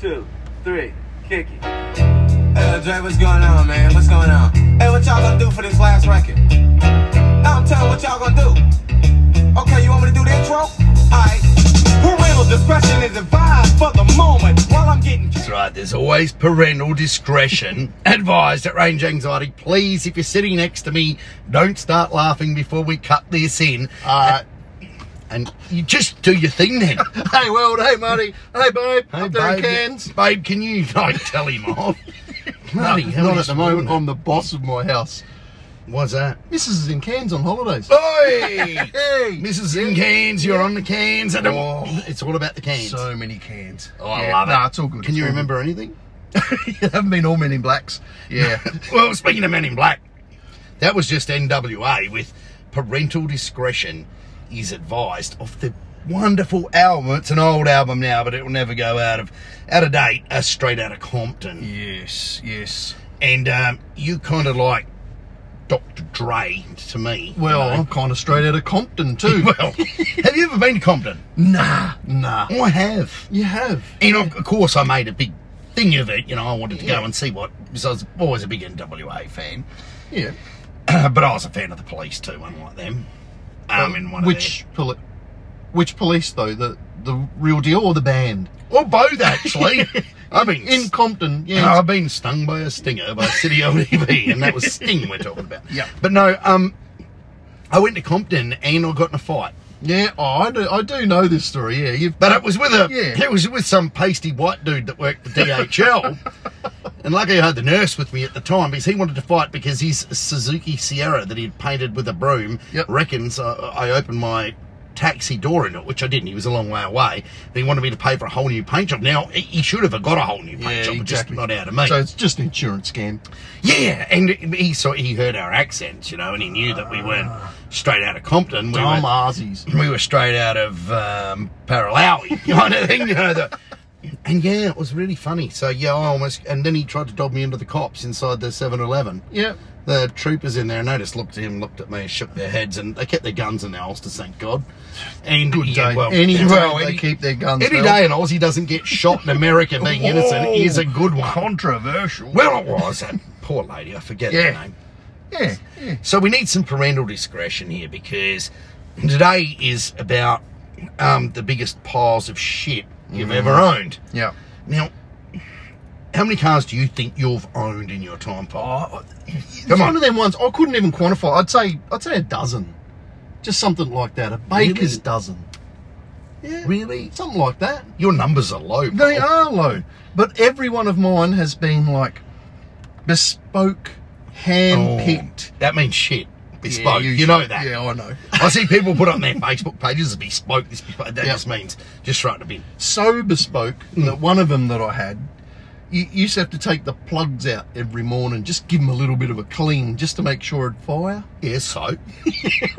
two, three, kick it. Hey, Dre, what's going on, man? What's going on? Hey, what y'all gonna do for this last record? Now I'm telling what y'all gonna do. Okay, you want me to do the intro? Alright. Parental discretion is advised for the moment while I'm getting. That's right, there's always parental discretion advised at Range Anxiety. Please, if you're sitting next to me, don't start laughing before we cut this in. Uh, Alright. And you just do your thing then. Hey, world. Hey, Marty. Hey, babe. Hey, Up there in babe, Cairns. Babe, can you like tell him off? Bloody hell, Not at he's the moment. doing I'm the boss of my house. that. What's that? Mrs. is in Cairns on holidays. Oi! Oh, Hey. Mrs. in cans, you're on the cans. And Oh. it's all about the cans. So many cans. oh, I Yeah, love it. Nah, it's all good. Can It's you all remember anything? good. you haven't been all men in blacks. Yeah. Well, speaking of Men in Black, that was just NWA with parental discretion is advised off the wonderful album. It's an old album now, but it will never go out of out of date. Uh, straight out of Compton, yes. Yes. and um, you kind of like Dr. Dre to me. you Well, I'm know. kind of straight out of Compton too. well, have you ever been to Compton? nah. Nah. I have. You have. And of, of course, I made a big thing of it. You know, I wanted to Yeah. go and see what. Because I was always a big NWA fan, Yeah. but I was a fan of the police too, unlike them. Um, in one which poli- which police though? The the real deal or the band? of their, or both actually. I've been In Compton. Yeah. I've been stung by a stinger by City LDB, and that was Sting we're talking about. Yeah. but no, um, I went to Compton and I got in a fight. yeah. Oh, I do. I do know this story. Yeah. You've. But it was with a Yeah. it was with some pasty white dude that worked for DHL. and luckily I had the nurse with me at the time because he wanted to fight because his Suzuki Sierra that he'd painted with a broom Yep. reckons I, I opened my taxi door in it, which I didn't. He was a long way away. But he wanted me to pay for a whole new paint job. Now, he- he should have got a whole new paint job, but just not out of me. So it's just an insurance scam. yeah, and he saw he heard our accents, you know, and he knew that we weren't straight out of Compton. We Dumb were- Aussies. we were straight out of um, Paralawi kind of thing, you know. The, and yeah, it was really funny. So yeah, I almost and then he tried to dob me into the cops inside the 7-Eleven. Yeah. The troopers in there, and they just looked at him, looked at me, shook their heads, and they kept their guns in their holsters. Thank God. And Good yeah, day. well, any day well, they any- keep their guns. Any held. day an Aussie doesn't get shot in America being innocent Whoa. is a good one. Oh, Controversial. Well, it was that poor lady. I forget her Yeah. name. yeah. yeah. So we need some parental discretion here because today is about um, the biggest piles of shit you've ever Mm. owned. Yeah. Now, how many cars do you think you've owned in your time, Paul? Oh, it's Come one on. of them ones I couldn't even quantify. I'd say I'd say a dozen, just something like that. A baker's Really? dozen. Yeah, Really? something like that. Your numbers are low. They Paul. are low, but every one of mine has been like bespoke, Oh, hand-picked. that means shit. Bespoke. Yeah, you, know that. Yeah, I know. I see people put on their Facebook pages bespoke. This bespoke. That Yeah. just means just right in a bin. So bespoke Mm. that one of them that I had, you you used to have to take the plugs out every morning, just give them a little bit of a clean, just to make sure it'd fire. Yeah, so.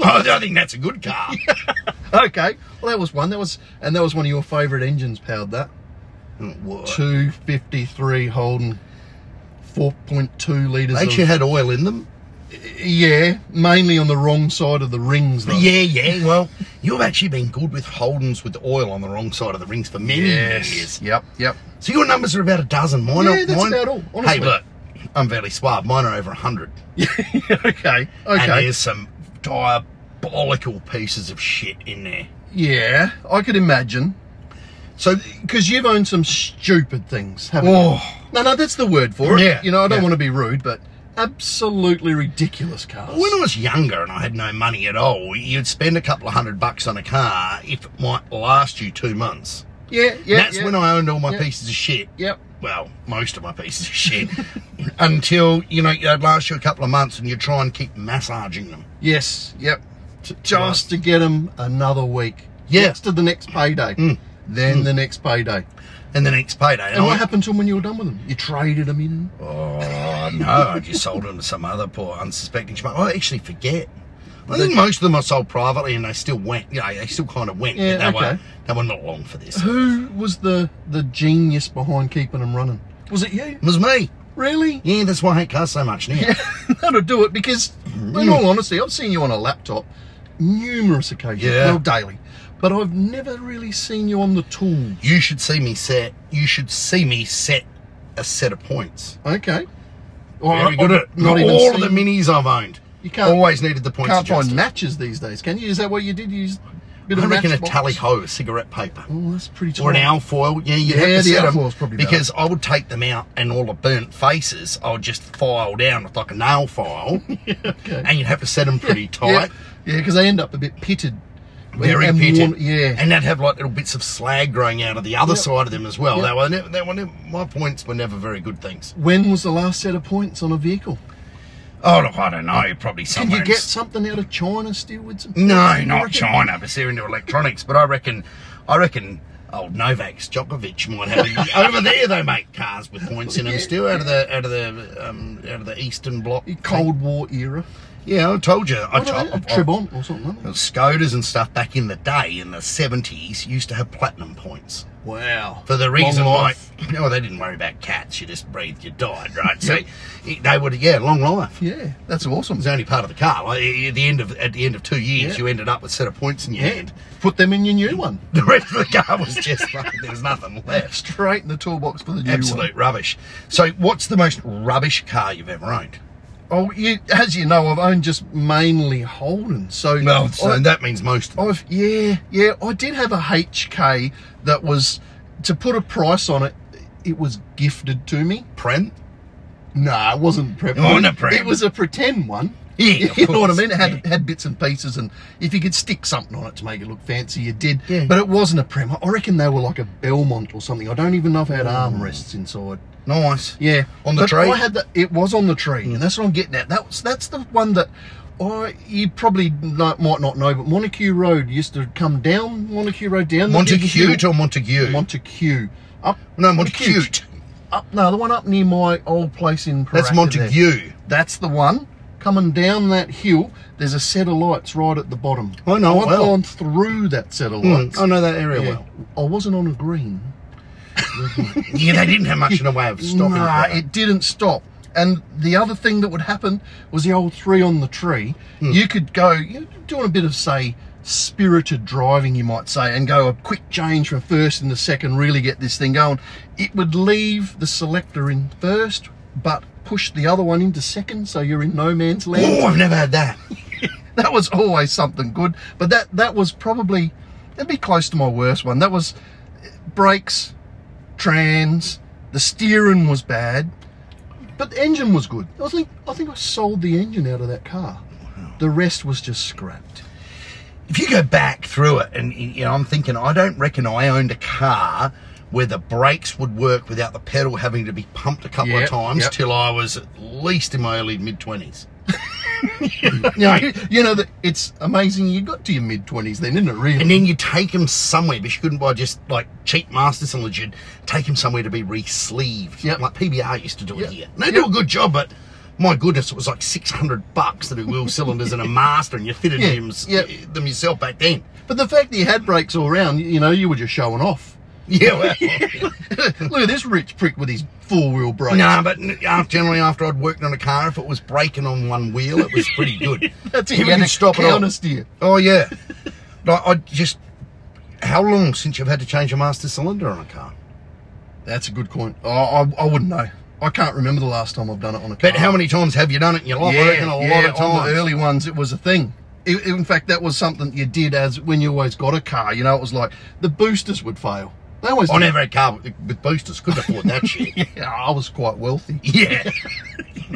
I don't think that's a good car. Okay, well that was one. That was and that was one of your favourite engines. Powered that. What? 253 Holden, 4.2 litres. They actually of, had oil in them. yeah, mainly on the wrong side of the rings though. Yeah, yeah. Well, you've actually been good with Holdens with the oil on the wrong side of the rings for many years. Yep. Yep. So your numbers are about a dozen. Mine Yeah, are that's mine- about all, honestly. Hey, look, I'm fairly suave. Mine are over a hundred. okay. And Okay. there's some diabolical pieces of shit in there. Yeah, I could imagine. So, because you've owned some stupid things, haven't Oh. you? No, no, that's the word for it. Yeah, You know, I don't yeah. want to be rude, but absolutely ridiculous cars. When I was younger and I had no money at all, you'd spend a couple of hundred bucks on a car if it might last you two months. yeah, yeah. That's yeah. when I owned all my yeah. pieces of shit. Yep. well, most of my pieces of shit, until, you know, they'd last you a couple of months and you try and keep massaging them. Yes. Yep. T- Just to get them another week. Yeah. Gets to the next payday. Then the next payday. And the next payday. And I- what happened to them when you were done with them? You traded them in. Oh, no, I just sold them to some other poor unsuspecting schmuck. I actually forget. I think most of them I sold privately and they still went, you know, they still kind of went. but Yeah, they, okay. were, they were not long for this. It Who was the the genius behind keeping them running? Was it you? was me. Really? Yeah, that's why I hate cars so much now. Yeah. That'll do it Mm. because, in all honesty, I've seen you on a laptop numerous occasions, Yeah. well, daily. But I've never really seen you on the tool. You should see me set. You should see me set a set of points. Okay. Well, Very I- good I've at it. Not even all of the seen- minis I've owned. You can't- always needed the points. Can't find adjusted. matches these days, can you? Is that what you did? Use a bit I of reckon a matchbox? tally ho, cigarette paper. Oh, that's pretty. Or an tight. alfoil. Yeah, you'd Yeah, have to the set 'em. alfoil's probably better. Because I would take them out and all the burnt faces, I would just file down with like a nail file. Okay. And you'd have to set them pretty Yeah, tight. yeah, because they end up a bit pitted. Very And pitted. worn- yeah. And they'd have like little bits of slag growing out of the other Yep. side of them as well. Yep. They were, never, they were never, my points were never very good things. when was the last set of points on a vehicle? Oh, look, I don't know. Probably Can somewhere. you in get s- something out of China still with some? No, You not reckon? China, but they're into electronics. But I reckon, I reckon old Novak Djokovic might have it. over there. They make cars with points in them still out of the out of the um, out of the Eastern Bloc. Cold War era. Yeah, I told you. I What are told they? A Tribon or something. aren't they? Skodas and stuff back in the day in the seventies used to have platinum points. Wow. For the Long reason why, life. no, they didn't worry about cats. You just breathed, you died, right? So it- they would, yeah, long life. Yeah, that's It awesome. was only part of the car. Like, at the end of at the end of two years, Yeah. you ended up with a set of points in your Yeah. hand. Put them in your new one. The rest of the car was just like there was nothing left. Straight in the toolbox for the new Absolute rubbish. So, what's the most rubbish car you've ever owned? one. Oh, you, as you know, I've owned just mainly Holden. So Well, I- so Oh. that means most. Of I've yeah, yeah. I did have a HK that was to put a price on it. It was gifted to me. Prem? Nah, it wasn't prep. It wasn't a prep. It was a pretend one. Yeah, of you know what I course, mean. It had yeah. had bits and pieces, and if you could stick something on it to make it look fancy, you did. Yeah. But it wasn't a prem. I reckon they were like a Belmont or something. I don't even know if it had armrests inside. Nice. Yeah, On the But tree? I had the, it was on the tree, and that's what I'm getting at. That's that's the one that I you probably not, might not know, but Montague Road used to come down Montague Road down the big hill. Montecute or Montague? Montague up no, Montecute. up no the one up near my old place in That's Paracca there. Montague. That's the one. Coming down that hill, there's a set of lights right at the bottom. I know it I've well. gone through that set of Mm, lights. I know that area Yeah. well. I wasn't on a green. Yeah, they didn't have much in the way of stopping. Nah, power. it didn't stop. And the other thing that would happen was the old three on the tree. You could go, you're doing a bit of, say, spirited driving, you might say, and go a quick change from first into second, really get this thing going. It would leave the selector in first, but push the other one into second, so you're in no man's land. oh, I've never had that. that was always something good. But that that was probably that'd be close to my worst one. That was eh, brakes, trans, the steering was bad, but the engine was good. I think I think I sold the engine out of that car. The rest was just scrapped. if you go back through it and you know i'm thinking i don't reckon i owned a car where the brakes would work without the pedal having to be pumped a couple Yep, of times yep. till i was at least in my early mid 20s You know, you know that it's amazing you got to your mid twenties then, isn't it? Really? and then you take them somewhere but you couldn't buy just like cheap masters and legit take them somewhere to be re-sleeved Yep. like pbr used to do Yep. it here and they do a good job but my goodness, it was like 600 bucks to do wheel cylinders and a master, and you fitted Yeah, them, yep. them yourself back then. but the fact that you had brakes all round, you know, you were just showing off. Yeah, well, Look at this rich prick with his four wheel brakes. No, but n- af- generally after I'd worked on a car, if it was braking on one wheel, it was pretty good. That's it. You You had could to stop it all. counter steer. Oh yeah. Like I just, how long since you've had to change a master cylinder on a car? That's a good point. I, I, I wouldn't know. I can't remember the last time I've done it on a car. But how many times have you done it in your life? I reckon a lot of Ah. on times. the early ones, it was a thing. I in fact, that was something you did as when you always got a car. You know, it was like the boosters would fail. They always. I did. never had a car with, with boosters. Couldn't afford that shit. Yeah, I was quite wealthy. yeah,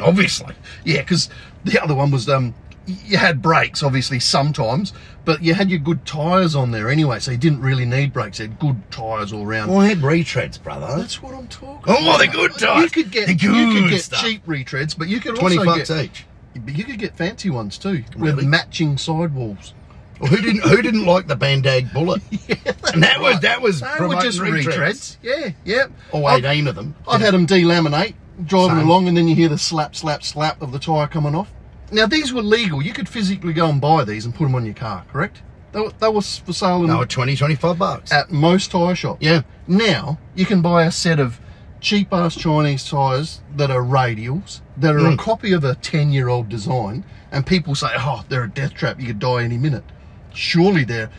obviously. Yeah, because the other one was um, y- you had brakes obviously sometimes, but you had your good tyres on there anyway, so you didn't really need brakes. You had good tyres all round. Well, I had retreads, brother. That's what I'm talking. Oh, about. the good tyres. You could get The you good could get stuff. cheap retreads, but you could Twenty also bucks get, each. But you could get fancy ones too Really? with matching sidewalls. Well, who didn't? Who didn't like the Band-Aid bullet? and that was that was They were promoting just retreads. Yeah, yeah. Oh, I've, 18 of them. I've had them delaminate driving Same. along, and then you hear the slap, slap, slap of the tyre coming off. Now these were legal. You could physically go and buy these and put them on your car. Correct? They were, they were s- for sale in No, 20, 25 bucks. at most tyre shops. yeah. Now you can buy a set of cheap ass Chinese tyres that are radials, that Hmm. are a copy of a 10 year old design, and people say, oh, they're a death trap, you could die any minute. Surely they're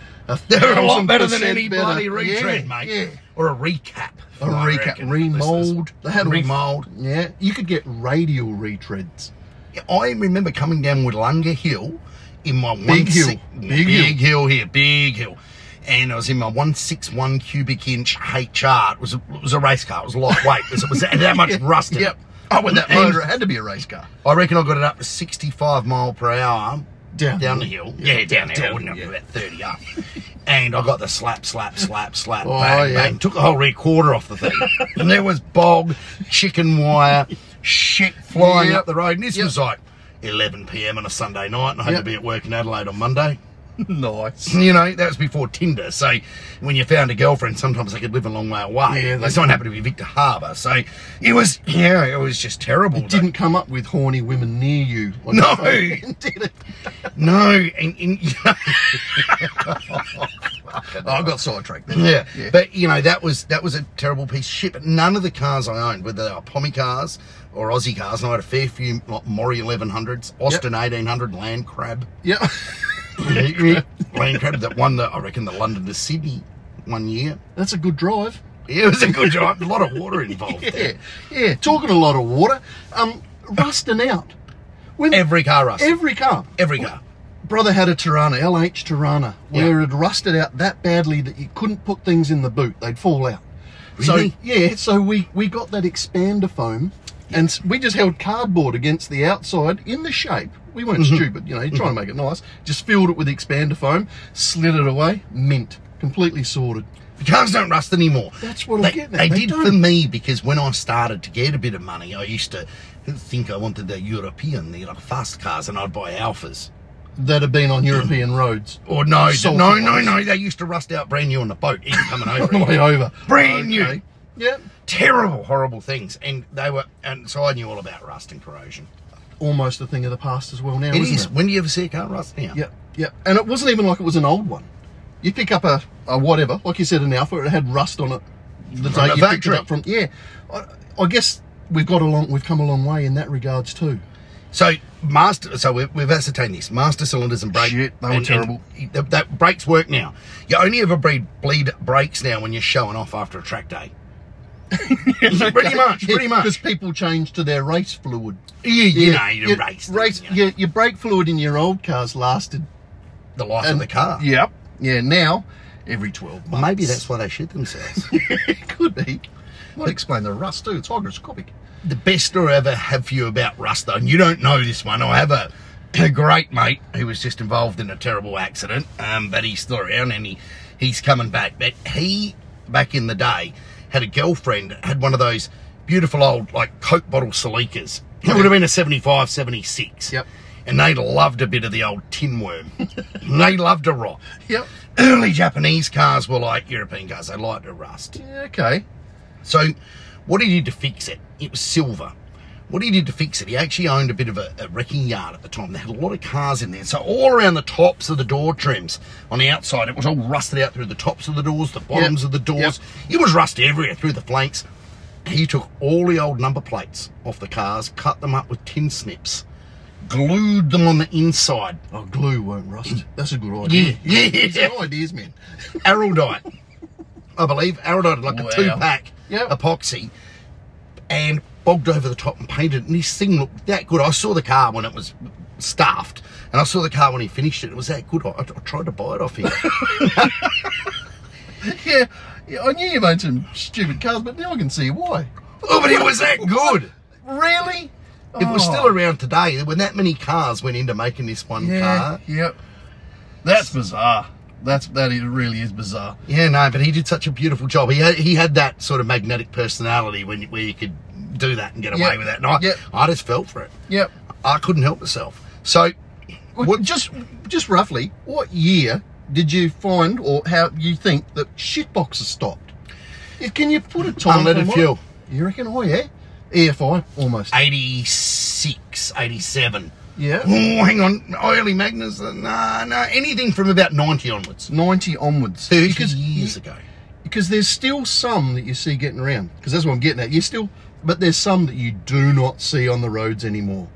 They're a lot thousand better than percent any better. bloody retread, yeah, mate. Yeah. Or a recap. A recap, remold. They had a- remold. Yeah, you could get radial retreads. Yeah, I remember coming down Woodlunga Hill in my one hill. si- Big hill. here, big hill. And I was in my 161 cubic inch HR. It was a, it was a race car. It was lightweight. It was, it was that much rust in Yep. it. Oh, with that And- motor, it had to be a race car. I reckon I got it up to 65 mile per hour Down down the the hill. Yeah, down the hill. I Down, wouldn't have yeah. about 30 up. And I got the slap, slap, slap, slap, Oh, bang, yeah. bang. Took a whole rear quarter off the thing. and there was bog, chicken wire, shit flying Yep. up the road. And this Yep. was like 11 p.m. on a Sunday night, and I had Yep. to be at work in Adelaide on Monday. nice. You know, that was before Tinder. So when you found a girlfriend, sometimes they could live a long way away. Yeah, they- This one happened to be Victor Harbour. So it was, yeah, it was just terrible. though. Didn't come up with horny women near you. Like No. did it? No, and, and Oh, I got sidetracked there. Yeah. But you know, that was that was a terrible piece of shit. But none of the cars I owned, whether they were Pommy cars or Aussie cars, and I had a fair few like Mori eleven hundreds, Austin eighteen hundred, Land Crab. yeah. Land Crab that won the I reckon the London to Sydney one year. That's a good drive. It was a good job. A lot of water involved Yeah, there. yeah. Talking a lot of water. Um, rusting out. When Every car rust. every car. Every car. Brother had a Tirana, LH Tirana, where Yeah. it rusted out that badly that you couldn't put things in the boot; they'd fall out. So Really? yeah, so we we got that expander foam, and s- we just held cardboard against the outside in the shape. We weren't Mm-hmm. stupid, you know. You try and make it nice. Just filled it with expander foam, slid it away, mint, completely sorted. The cars don't rust anymore. That's what I'm they, getting at. They, They did for don't. me because when I started to get a bit of money, I used to think I wanted the European, the like fast cars, and I'd buy Alphas. That had been on European roads Or no, Salty no, no, ones. no. They used to rust out brand new on the boat, even coming over. on the way here. over. Brand new. Yep. Terrible, horrible things, and they were. And so I knew all about rust and corrosion. Almost a thing of the past as well now, It isn't is. it? When do you ever see a car rust now? Yep, yep. And it wasn't even like it was an old one. You pick up a, a whatever, like you said, an Alpha, it had rust on it the From day the you picked it factory. up from. Yeah, I, I guess we've got a long, we've come a long way in that regards too. So master, so we've, we've ascertained this: master cylinders and brake. Shit, they were and- and terrible. the- that brakes work now. You only ever bleed, bleed brakes now when you're showing off after a track day. pretty much, pretty Because much. people change to their race fluid. You, you know, your brakes, race, you know, Your, your brake fluid in your old cars lasted. the life of the car. Yep. Yeah. Now, every twelve months. Maybe that's why they shit themselves. it could be. Might explain the rust too. It's hygroscopic. the best story I ever have for you about rust, though, and you don't know this one. I have a, a great mate who was just involved in a terrible accident, um, but he's still around and he, he's coming back. But he, back in the day, had a girlfriend, had one of those beautiful old, like, Coke bottle Salikas. It would have been a 75, 76. Yep. And they loved a bit of the old tin worm. And they loved a rot. Yep. Early Japanese cars were like European cars. They liked to rust. Yeah, okay. So, what he did to fix it, it was silver. What he did to fix it, he actually owned a bit of a, a wrecking yard at the time. They had a lot of cars in there. So, all around the tops of the door trims on the outside, it was all rusted out through the tops of the doors, the bottoms Yep. of the doors. It was rust everywhere through the flanks. He took all the old number plates off the cars, cut them up with tin snips, glued them on the inside. Oh, glue won't rust. That's a good idea. yeah, yeah. Good ideas, man. Araldite, I believe. Araldite, like Wow. a two pack Yep. epoxy, and bogged over the top and painted. it. And this thing looked that good. I saw the car when it was staffed, and I saw the car when he finished it. It was that good. I, I tried to buy it off him. Yeah, yeah, I knew you made some stupid cars, but now I can see why. oh, but it was that good. Really? It was Oh. still around today. When that many cars went into making this one car. Yep. That's bizarre. That's that is, really is bizarre. Yeah, no, but he did such a beautiful job. He had he had that sort of magnetic personality when you- where you could do that and get away Yep. with that. And I, Yep. I just fell for it. Yep. I couldn't help myself. So, What, just just roughly, what year did you find or how you think that shitboxes stopped? If- Can you put a time? Unleaded on what- fuel. You reckon? Oh yeah. EFI almost. 86, 87. Yeah. Oh, hang on. Oily Magnus? uh, Nah, nah. Anything from about 90 onwards. 90 onwards. 30 Because- years ago. because there's still some that you see getting around because that's what I'm getting at. You still, but there's some that you do not see on the roads anymore.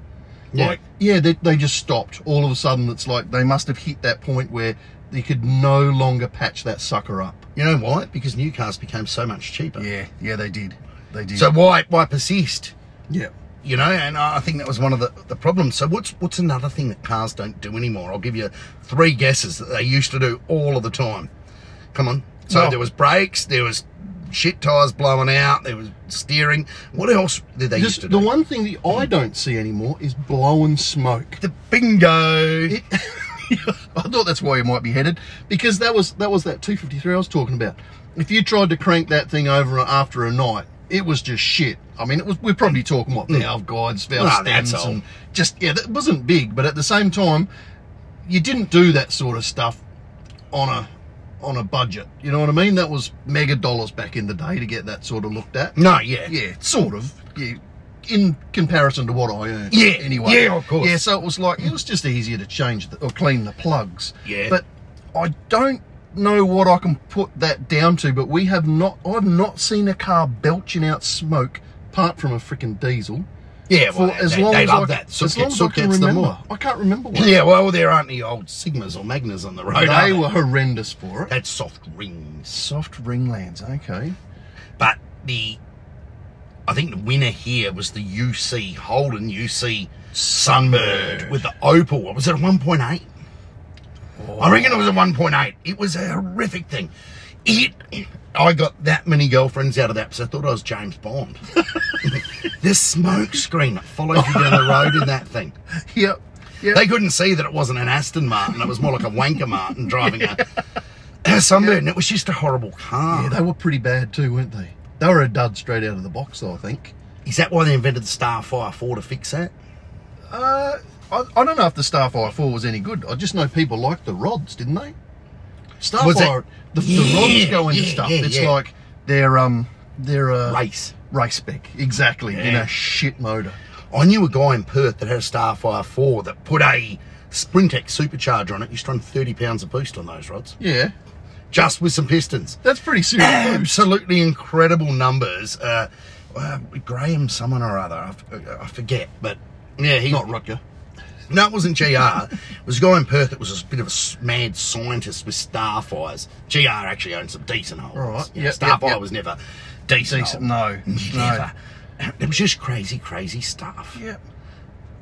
Yeah. Like, yeah, they, they just stopped all of a sudden. It's like they must have hit that point where they could no longer patch that sucker up. You know why? Because new cars became so much cheaper. Yeah, yeah, they did. They did. So why why persist? yeah. You know, and I I think that was one of the, the problems. So what's what's another thing that cars don't do anymore? I'll give you three guesses that they used to do all of the time. Come on. So Well- there was brakes, there was shit tires blowing out, there was steering. What else did they used Just to the do? one thing that I don't see anymore is blowing smoke. the bingo. I thought that's where you might be headed because that was that was that 253 I was talking about. If you tried to crank that thing over after a night, it was just shit. I mean, it was we're probably talking what valve guides, valve Well, that's stems, old. and just yeah, that wasn't big, but at the same time, you didn't do that sort of stuff on a on a budget. You know what I mean? That was mega dollars back in the day to get that sort of looked at. no, yeah. Yeah, sort of. Yeah, in comparison to what I earn. Yeah, anyway. yeah, of course. Yeah, so it was like it was just easier to change the, or clean the plugs. Yeah. But I don't know what I can put that down to. But we have not. I've not seen a car belching out smoke apart from a freaking diesel. Yeah, For well, as they, long they as love I, that. as long Sookets, as I can sookets them remember, all. I can't remember one. Yeah, Oh, well, there aren't any old Sigmas or Magnas on the road. are They there? were horrendous for it. That's soft rings. Soft ringlands, okay. But the, I think the winner here was the UC Holden UC Sunbird with the Opal. What was it? A one point eight. I reckon it was a Oh. one point eight. It was a horrific thing. It. I got that many girlfriends out of that because I thought I was James Bond. this smoke screen that follows you down the road in that thing. Yep. Yep. They couldn't see that it wasn't an Aston Martin. It was more like a wanker Martin driving a, a sunburn. It was just a horrible car. Yeah, they were pretty bad too, weren't they? They were a dud straight out of the box, I think. Is that why they invented the Starfire 4 to fix that? Uh, I, I don't know if the Starfire 4 was any good. I just know people liked the rods, didn't they? Was it- Starfire, the, the rods Yeah, go into yeah, stuff. yeah, it's yeah. like they're um they're a Race. race spec exactly in Yeah. a shit motor. I knew a guy in Perth that had a Starfire 4 that put a Sprintex supercharger on it. Used to run 30 pounds of boost on those rods, Yeah, just with some pistons. that's pretty serious. Absolutely incredible numbers. Uh, uh, Graham, someone or other, I, f- uh, I forget, but yeah, he Not Rutger. No, it wasn't GR. it was a guy in Perth that was a bit of a s- mad scientist with Starfires. GR actually owned some decent holes. All right, You know, yep, yep, Starfire yep. was never decent. Decent, hole. no, no. Never. It was just crazy, crazy stuff. Yeah,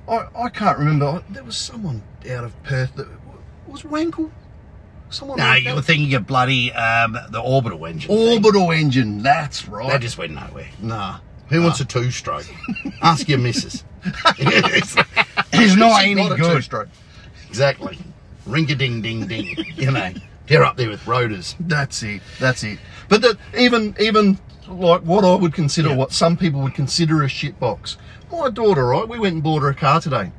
I I can't remember. I, there was someone out of Perth that was Wankel. Someone No, like you that? were thinking of bloody um, the orbital engine. thing. orbital engine. That's right. That just went nowhere. nah. Who wants Ah. a two stroke? Ask your missus. it's, it's not She's any not a good. two-stroke. Exactly. Ring a ding ding ding. You know, they're up there with rotors. That's it. That's it. But that even even like what I would consider Yeah. what some people would consider a shit box. My daughter, right? We went and bought her a car today.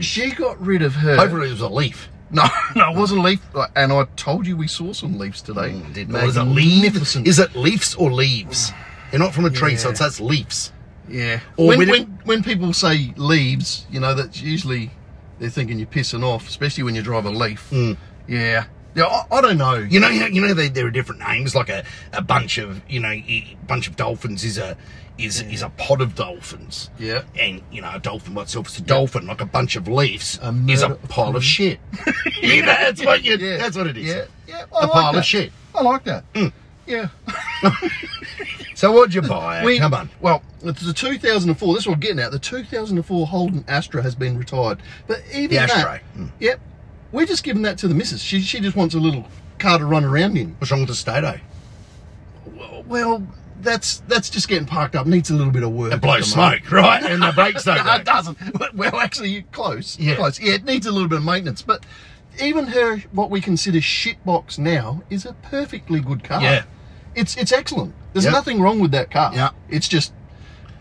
She got rid of her. Hopefully, it was a leaf. No, no, it wasn't leaf. And I told you we saw some leaves today. Mm, Did Magnificent. is it leaves? Is it leafs or leaves? They're not from a tree, so Yeah. it's that's leaves. Yeah. Or when, we when, didn't- when people say leaves, you know, that's usually they're thinking you're pissing off, especially when you drive a leaf. Mm. Yeah. Yeah, I, I don't know. You know, how- you know, they, there are different names. Like a, a bunch of you know, a bunch of dolphins is a is is a pod of dolphins. Yeah. and you know, a dolphin by itself is a dolphin. Like a bunch of leaves A is a murder- pile of shit. you know, that's what you, Yeah. that's what it is. Yeah. yeah I A like pile that. of shit. Mm. I like that. Yeah. So what'd you buy? We- Come on. Well, it's the 2004. This is what we're getting at. The 2004 Holden Astra has been retired, but even The that, Astra, mm. yep, we're just giving that to the missus. She she just wants a little car to run around in. What's wrong with the eh? Stato? Well, that's that's just getting parked up. Needs a little bit of work. It blows at the moment. smoke, right? And the brakes don't. No, it work. doesn't. Well, actually, you're close. Yeah. Close. Yeah, it needs a little bit of maintenance, but even her what we consider shit box now is a perfectly good car. Yeah. It's it's excellent. There's Yeah. nothing wrong with that car. Yeah. It's just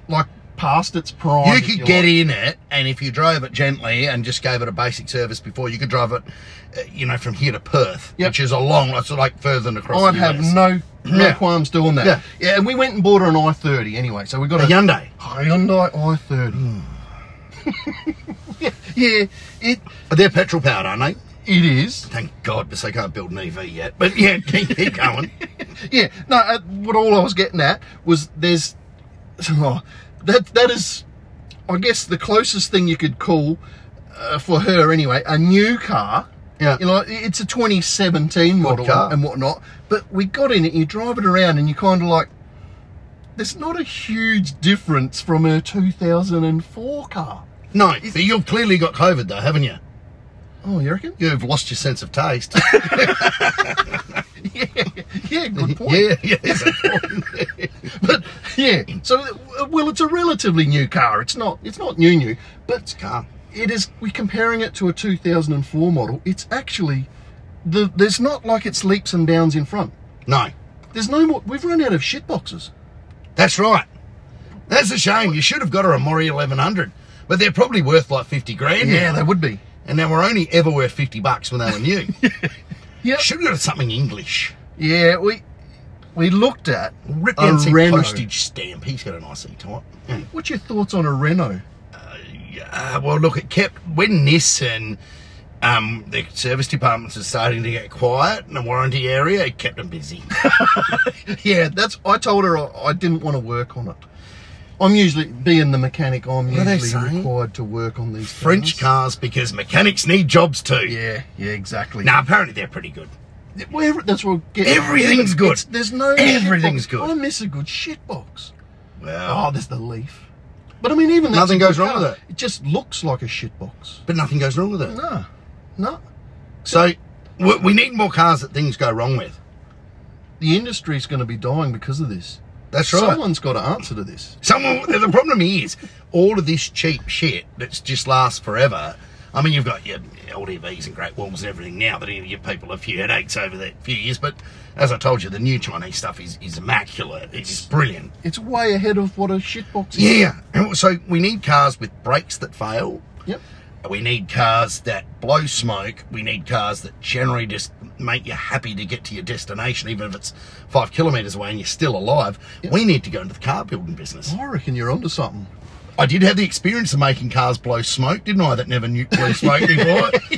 like past its prime. You if could like. get in it, and if you drove it gently and just gave it a basic service before, you could drive it, uh, you know, from here to Perth, Yep. which is a long, it's like further than across. I'd the have US. no no Yeah. qualms doing that. Yeah. and we went and bought her an i30 anyway, so we got a Hmm. a, Hyundai. Hyundai i30. yeah, yeah, it They're petrol powered, aren't they? it is. Thank God, because they can't build an EV yet. But yeah, keep, keep going. Yeah, no. Uh, what all I was getting at was there's oh, that that is, I guess, the closest thing you could call uh, for her anyway a new car Yeah. You know, it- it's a 2017 model car. and whatnot. But we got in it, you drive it around, and you kind of like, there's not a huge difference from her 2004 car. No, but you've clearly got COVID though, haven't you? Oh, you reckon? You've lost your sense of taste. Yeah, good point. yeah, yeah. that's a point. But yeah, so uh, well, it's a relatively new car. It's not. It's not new new, but car. it is. We're comparing it to a 2004 model. It's actually the. There's not like it's leaps and bounds in front. No, There's no more. We've run out of shit boxes. that's right. That's a shame. You should have got her a Mori 1100, but they're probably worth like 50 grand. Yeah, now. they would be. and they were only ever worth 50 bucks when they were new. Yeah. Should have got something English. Yeah, we we looked at Rip a down some Renault. postage stamp. He's got an icy type. Mm. What's your thoughts on a Renault? Uh, well, look, it kept when Nissan, um, the service departments are starting to get quiet in the warranty area. It kept them busy. Yeah, that's. I told her I, I didn't want to work on it. I'm usually being the mechanic. I'm are they usually saying? required to work on these French cars. cars because mechanics need jobs too. Yeah, yeah, exactly. Now, apparently they're pretty good. Where, that's what get. Everything's good. It's- there's no Everything's shitbox. good. I miss a good shit box. Well, Oh, there's the leaf. But I mean, even that's Nothing a good goes wrong car. with it. It just looks like a shit box. but nothing goes wrong with it. No, no. So we, we need more cars that things go wrong with. The industry's going to be dying because of this. That's right. Someone's got to answer to this. Someone, the problem is all of this cheap shit that's just lasts forever. I mean, you've got your LDVs and Great Walls and everything now that give people a few headaches over the few years. But as I told you, the new Chinese stuff is, is immaculate. It's, brilliant. It's way ahead of what a shit box is. Yeah. And So we need cars with brakes that fail. Yep. We need cars that blow smoke. We need cars that generally just make you happy to get to your destination, even if it's five kilometres away and you're still alive. We need to go into the car building business. I reckon you're onto something. I did have the experience of making cars blow smoke, didn't I? That never knew blew smoke before.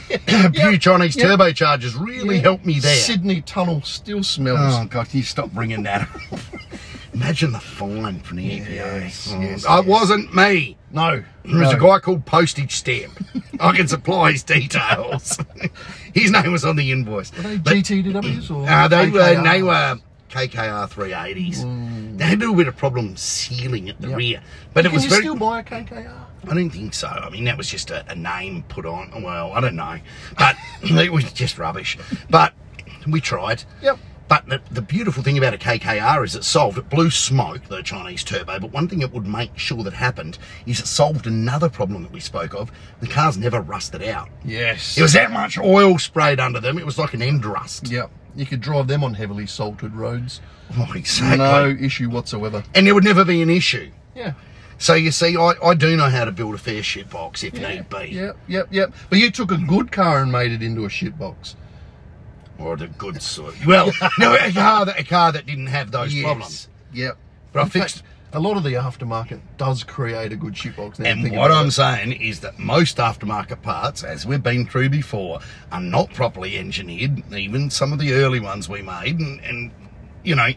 Pew Chinese Yeah. turbochargers really helped me there. Sydney Tunnel still smells. Oh God, you stop bringing that up. Imagine the fine from the EPA. Yes, Oh, yes, it yes. wasn't me. No, There was a guy called Postage Stamp. I can supply his details. his name was on the invoice. Are they But, GTWs or? uh, they were they AKRs? were KKR 380s. They had a little bit of problem sealing at the Mm. Yep. rear, but it Can was you very. still buy a KKR? I don't think so. I mean, that was just a, a name put on. Well, I don't know. But it was just rubbish. But we tried. Yep. But the, the beautiful thing about a KKR is it solved, it blew smoke, the Chinese turbo, but one thing it would make sure that happened is it solved another problem that we spoke of. The cars never rusted out. Yes. It was that much oil sprayed under them, it was like an end rust. Yep. You could drive them on heavily salted roads. Oh, exactly. No issue whatsoever. And there would never be an issue. Yeah. So you see, I, I do know how to build a fair shit box if need be. Yep, yep, yep. But you took a good car and made it into a shit box. Or the good sort. Well, no, a car that a car that didn't have those problems. Yep. But I In fact, fixed. a lot of the aftermarket does create a good shit box. Now And think what about I'm it. saying is that most aftermarket parts, as we've been through before, are not properly engineered. Even some of the early ones we made, and, and you know,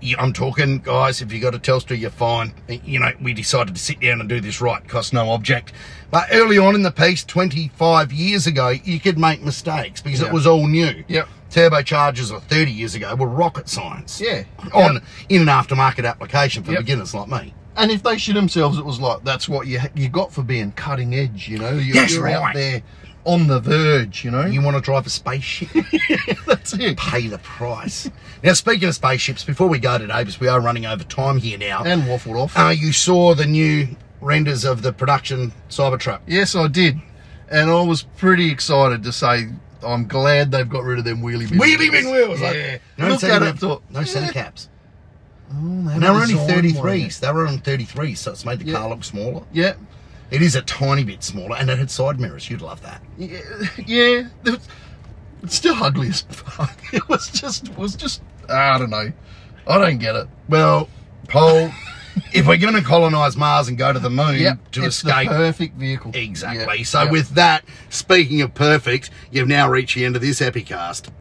you- I'm talking guys. If you got a Telstra, you're fine. You know, we decided to sit down and do this right, cost no object. But early on in the piece, 25 years ago, you could make mistakes because Yeah. it was all new. Yep. Turbochargers of 30 years ago were rocket science. Yeah. on Yep. in an aftermarket application for Yep. beginners like me. And if they shit themselves, it was like that's what you you got for being cutting edge. You know, you, That's you're out right. there on the verge. You know, You want to drive a spaceship? that's it. Pay the price. Now, speaking of spaceships, before we go today, because we are running over time here now, And waffled off. uh, you saw the new renders of the production Cybertruck. yes, I did, and I was pretty excited to say I'm glad they've got rid of them wheelie bin Wheelie bin wheels. like, Yeah. no Looked centre at it, cap- thought, no yeah. centre caps. Oh, And they were only design one. 33s. They were on 33s, so it's made the Yeah. car look smaller. Yeah. It is a tiny bit smaller, and it had side mirrors. You'd love that. Yeah, yeah. It was- It's still ugly as fuck. It was just, it was just. I don't know. I don't get it. Well, Paul, if we're going to colonise Mars and go to the moon to it's escape the perfect vehicle. Exactly. Yep, So, yep. with that, speaking of perfect, you've now reached the end of this epicast.